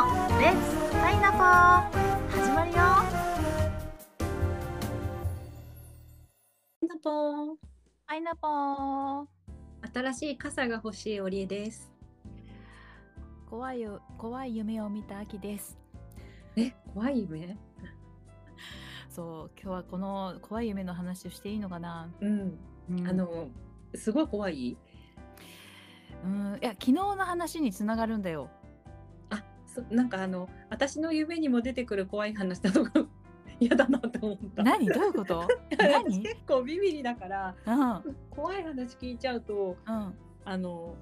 X パイナポー始まるよパイナポーパイナポー新しい傘が欲しい織江です。怖いよ怖い夢を見た秋です。え、怖い夢そう今日はこの怖い夢の話をしていいのかな。うん。うんあ、の、すごい怖いうん、いや昨日の話につながるんだよ。あそ、なんかあの、私の夢にも出てくる怖い話だとか 嫌だなと思った。？何どういうこと 私何？結構ビビリだから、うんうん怖い話聞いちゃうと、ああの、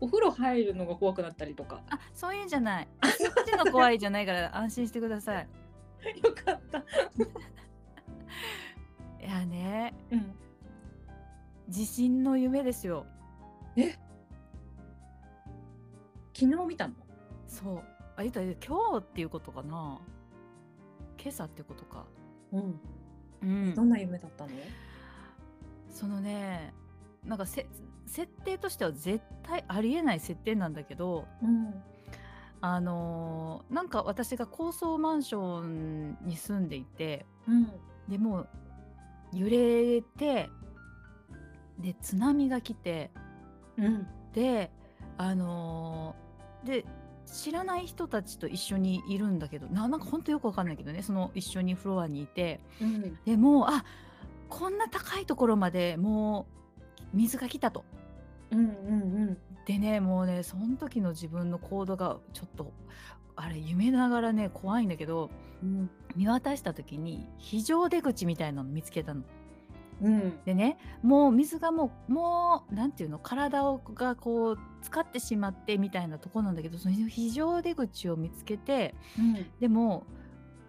お風呂入るのが怖くなったりとか。 そういうんじゃない。そっちの怖いじゃないから安心してください。よかった。いやねうん。地震の夢ですよ。昨日見たのそうあ言ったら今日っていうことかな。今朝ってことか。うん。うんどんな夢だったのそのねなんかせ設定としては絶対ありえない設定なんだけど。うん。あのーなんか私が高層マンションに住んでいてうん。でもう揺れてで津波が来てうん。であのーで知らない人たちと一緒にいるんだけどななんかほんとよくわかんないけどねその一緒にフロアにいてうん。でもうあこんな高いところまでもう水が来たと。うん。うん。でねもうねその時の自分の行動がちょっとあれ夢ながらね怖いんだけど。うん。見渡した時に非常出口みたいなの見つけたの。うん。でねもう水がもうもうなんていうの体をがこう使ってしまってみたいなとこなんだけどその非常出口を見つけてうん。でも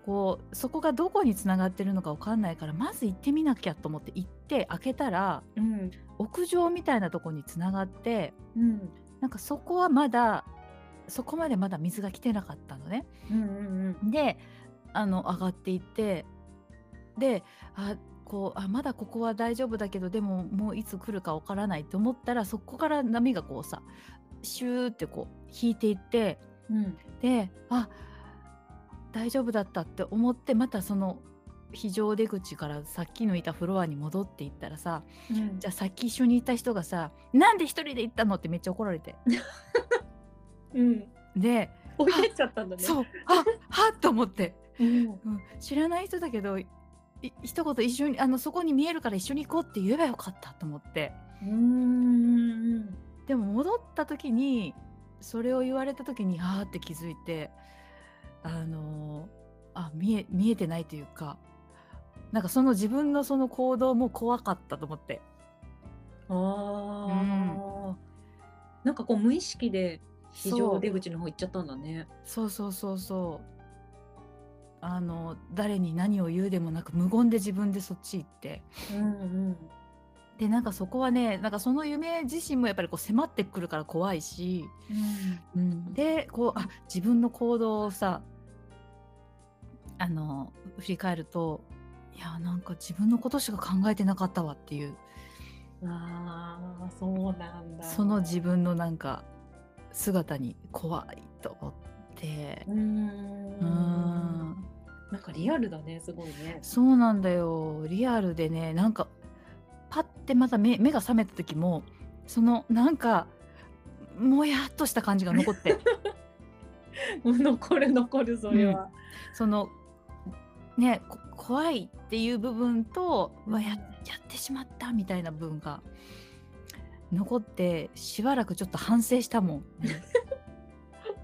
こうそこがどこにつながってるのかわかんないからまず行ってみなきゃと思って行って開けたらうん。屋上みたいなとこにつながってうん。なんかそこはまだそこまでまだ水が来てなかったのね。うんうんであの上がっていってであこうあまだここは大丈夫だけどでももういつ来るかわからないと思ったらそこから波がこうさシューってこう引いていってうんうんであ大丈夫だったって思ってまたその非常出口からさっきのいたフロアに戻っていったらさうんじゃあさっき一緒にいた人がさ「なんで一人で行ったの?」ってめっちゃ怒られてうんで置いてっちゃったんだねそうあはっと思ってうんうん、知らない人だけどい一言一緒にあのそこに見えるから一緒に行こうって言えばよかったと思ってうんでも戻った時にそれを言われた時にあーって気づいてあのーあ見え見えてないというかなんかその自分のその行動も怖かったと思ってああなんかこう無意識で非そ常う出口の方行っちゃったんだねそうそうそうそうあの誰に何を言うでもなく無言で自分でそっち行ってうんでなんかそこはねなんかその夢自身もやっぱりこう迫ってくるから怖いしうんうん、でこうあ自分の行動をさあの振り返るといやなんか自分のことしか考えてなかったわっていうああそうなんだその自分のなんか姿に怖いと思ってうんうんなんかリアルだねすごいねそうなんだよリアルでねなんかパッてまた目目が覚めた時もそのなんかもやっとした感じが残って残る残るそれはそのねこ怖いっていう部分と、うわややってしまったみたいな部分が残ってしばらくちょっと反省したもん。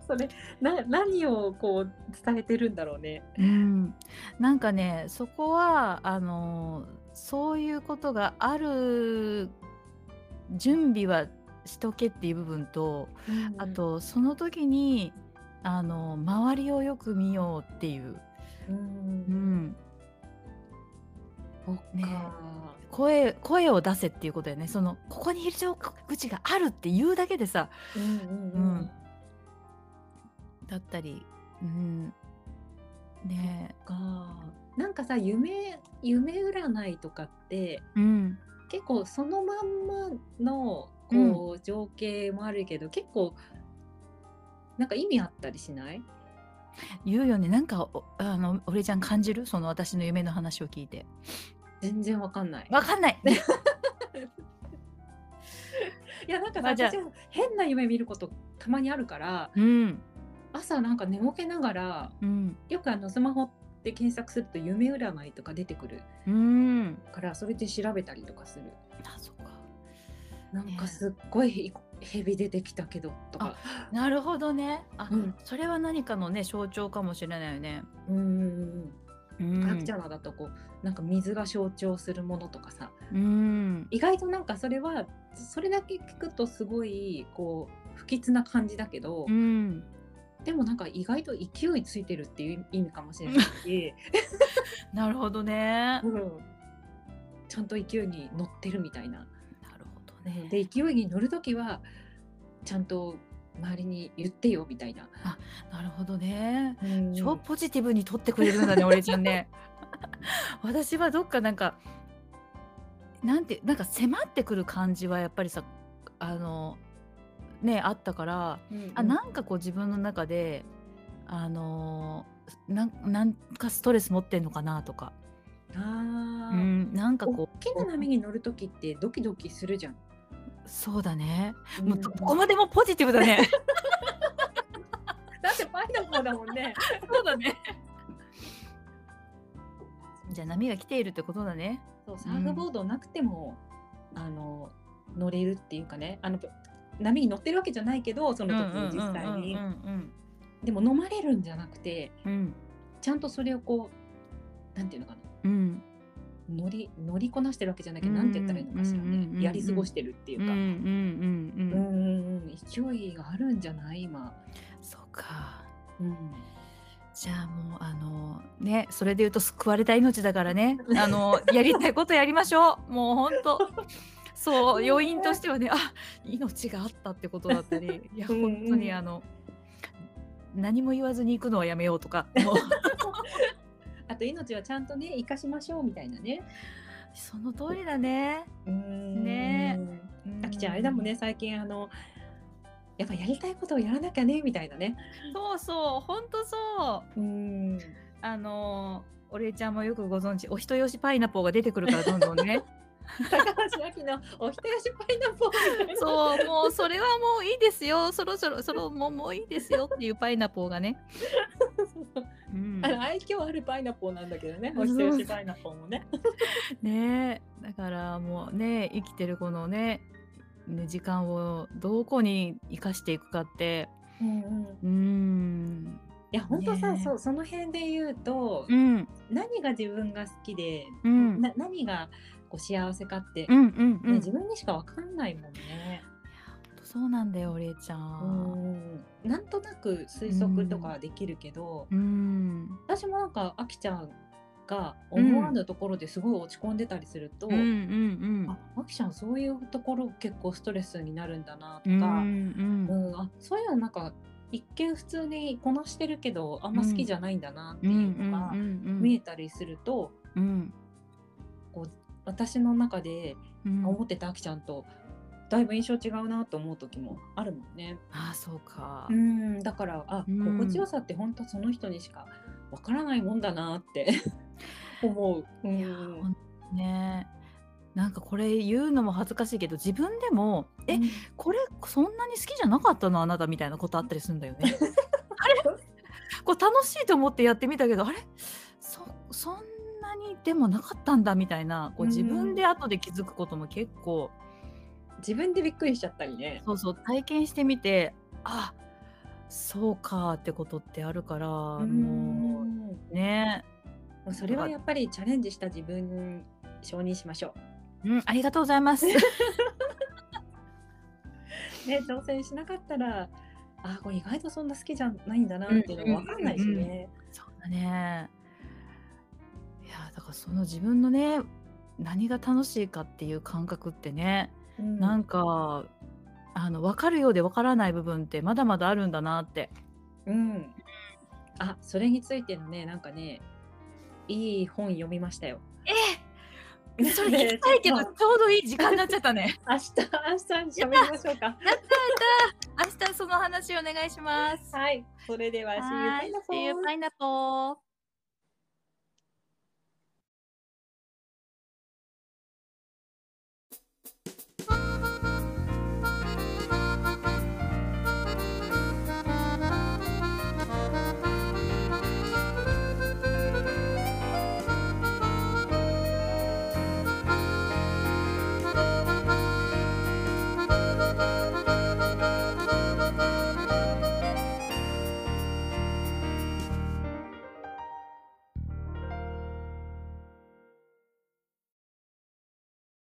それな何をこう伝えてるんだろうねうん、 なんかねそこはあのそういうことがある準備はしとけっていう部分と、あとその時にあの周りをよく見ようっていう、ううんん、そっねか声声を出せっていうことやねそのここに非常口があるっていうだけでさうんうんううんんだったりうんねそっかなんかさ夢夢占いとかってえうん結構そのまんまのこう、情景もあるけど結構なんか意味あったりしない言うよね。なんか、おあの、俺ちゃん感じるその私の夢の話を聞いて。全然わかんない。わかんない。いやなんかまさあじゃあ私は変な夢見ることたまにあるからうん。朝なんか寝ぼけながら うん。よくあのスマホで検索すると夢占いとか出てくるうん。からそれで調べたりとかするあ、そっか。なんかねすっごいヘビ出てきたけどとかなるほどね。あ、うんそれは何かのね、象徴かもしれないよね。うんうんううんん。カクチャラだとこうなんか水が象徴するものとかさうん。意外となんかそれはそれだけ聞くとすごいこう不吉な感じだけど、うん。でもなんか意外と勢いついてるっていう意味かもしれない し、なるほどね。うんちゃんと勢いに乗ってるみたいな。なるほどね。で勢いに乗る時はちゃんと周りに言ってよみたいな。なるほどね。うん超ポジティブに取ってくれるんだね、俺ちゃんね。 私はどっかなんか、なんて、なんか迫ってくる感じはやっぱりさ、あの、ね、あったから、うんあなんかこう自分の中で、あのーなん、なんかストレス持ってんのかなとか、うあーん、なんか大こきな波に乗る時ってドキドキするじゃん。う、そうだね。もうどこんまでもポジティブだね。 だってパイナポーだもんね。 そうだね。じゃあ波が来ているってことだね。そうサーフボードなくても、あの乗れるっていうかねあの波に乗ってるわけじゃないけどその時に実際にうんうんでも飲まれるんじゃなくてうんうんちゃんとそれをこうなんていうのかなうんうん乗り乗りこなしてるわけじゃないけどうんなんて言ったらいいのかしうらんうんうんうねんやり過ごしてるっていううんうんか、うんううんんうんうん、勢いがあるんじゃない今、そうかうん、じゃあもうあのねそれで言うと救われた命だからねあ のやりたいことやりましょうもう本当そう要因としてはねあ命があったってことだったりいやうんうん本当にあの何も言わずに行くのはやめようとかもうあと命はちゃんとね生かしましょうみたいなね。 その通りだね。うんねあきちゃんあれだもんね最近あのやっぱやりたいことをやらなきゃねみたいなね。そうそう本当そううんあのー、お礼ちゃんもよくご存知お人よしパイナポーが出てくるからどんどんね高橋亜希のお人よしパイナポーみたいな。そうもうそれはもういいですよそろそろそろもうもういいですよっていうパイナポーがね、うんあ、の愛嬌あるパイナポーなんだけどね、お人よしパイナポーもね。ねえだからもうね生きてるこのねね時間をどこに生かしていくかってうんうん、いうーんや本当さ、ねえそうその辺で言うと、うん何が自分が好きで、うんな何がこう幸せかって、うねんうんうん、自分にしかわかんないもんね。そうなんだよお礼ちゃうんんなんとなく推測とかはできるけど、うん私もなんかあきちゃんが思わぬところですごい落ち込んでたりすると、うんうんうんああきちゃんそういうところ結構ストレスになるんだなとうんうか。んうん、あそういうのなんか一見普通にこなしてるけどあんま好きじゃないんだなっていうのが見えたりすると、うんこう私の中でうん思ってたあきちゃんとだいぶ印象違うなと思う時もあるもんね。ああそうかう。ん、だからあ、うん心地よさって本当その人にしかわからないもんだなって 思う。うんいやほんとねなんかこれ言うのも恥ずかしいけど自分でも「えうんこれそんなに好きじゃなかったのあなた」みたいなことあったりするんだよ ね。あれこう楽しいと思ってやってみたけどあれそそんなにでもなかったんだみたいなこううん自分で後で気づくことも結構、自分でびっくりしちゃったりね。そうそう体験してみてあそうかってことってあるからもうんうねもうそれはやっぱりチャレンジした自分承認しましょう。うんありがとうございます。 ね、挑戦しなかったらあこれ意外とそんな好きじゃないんだなっていうのも分かんないしね。そうだね。いやだからその自分のね何が楽しいかっていう感覚ってね、ななんかあの分かるようで分からない部分ってまだまだあるんだな って。うん、あそれについてのねなんかねいい本読みましたよ。それ行きたいけど、ちちょっょうどいい時間になっちゃったね。 明日明日喋りましょうか。明日その話お願いします。 はい、それでは See you はい pineapple See you, pineapple.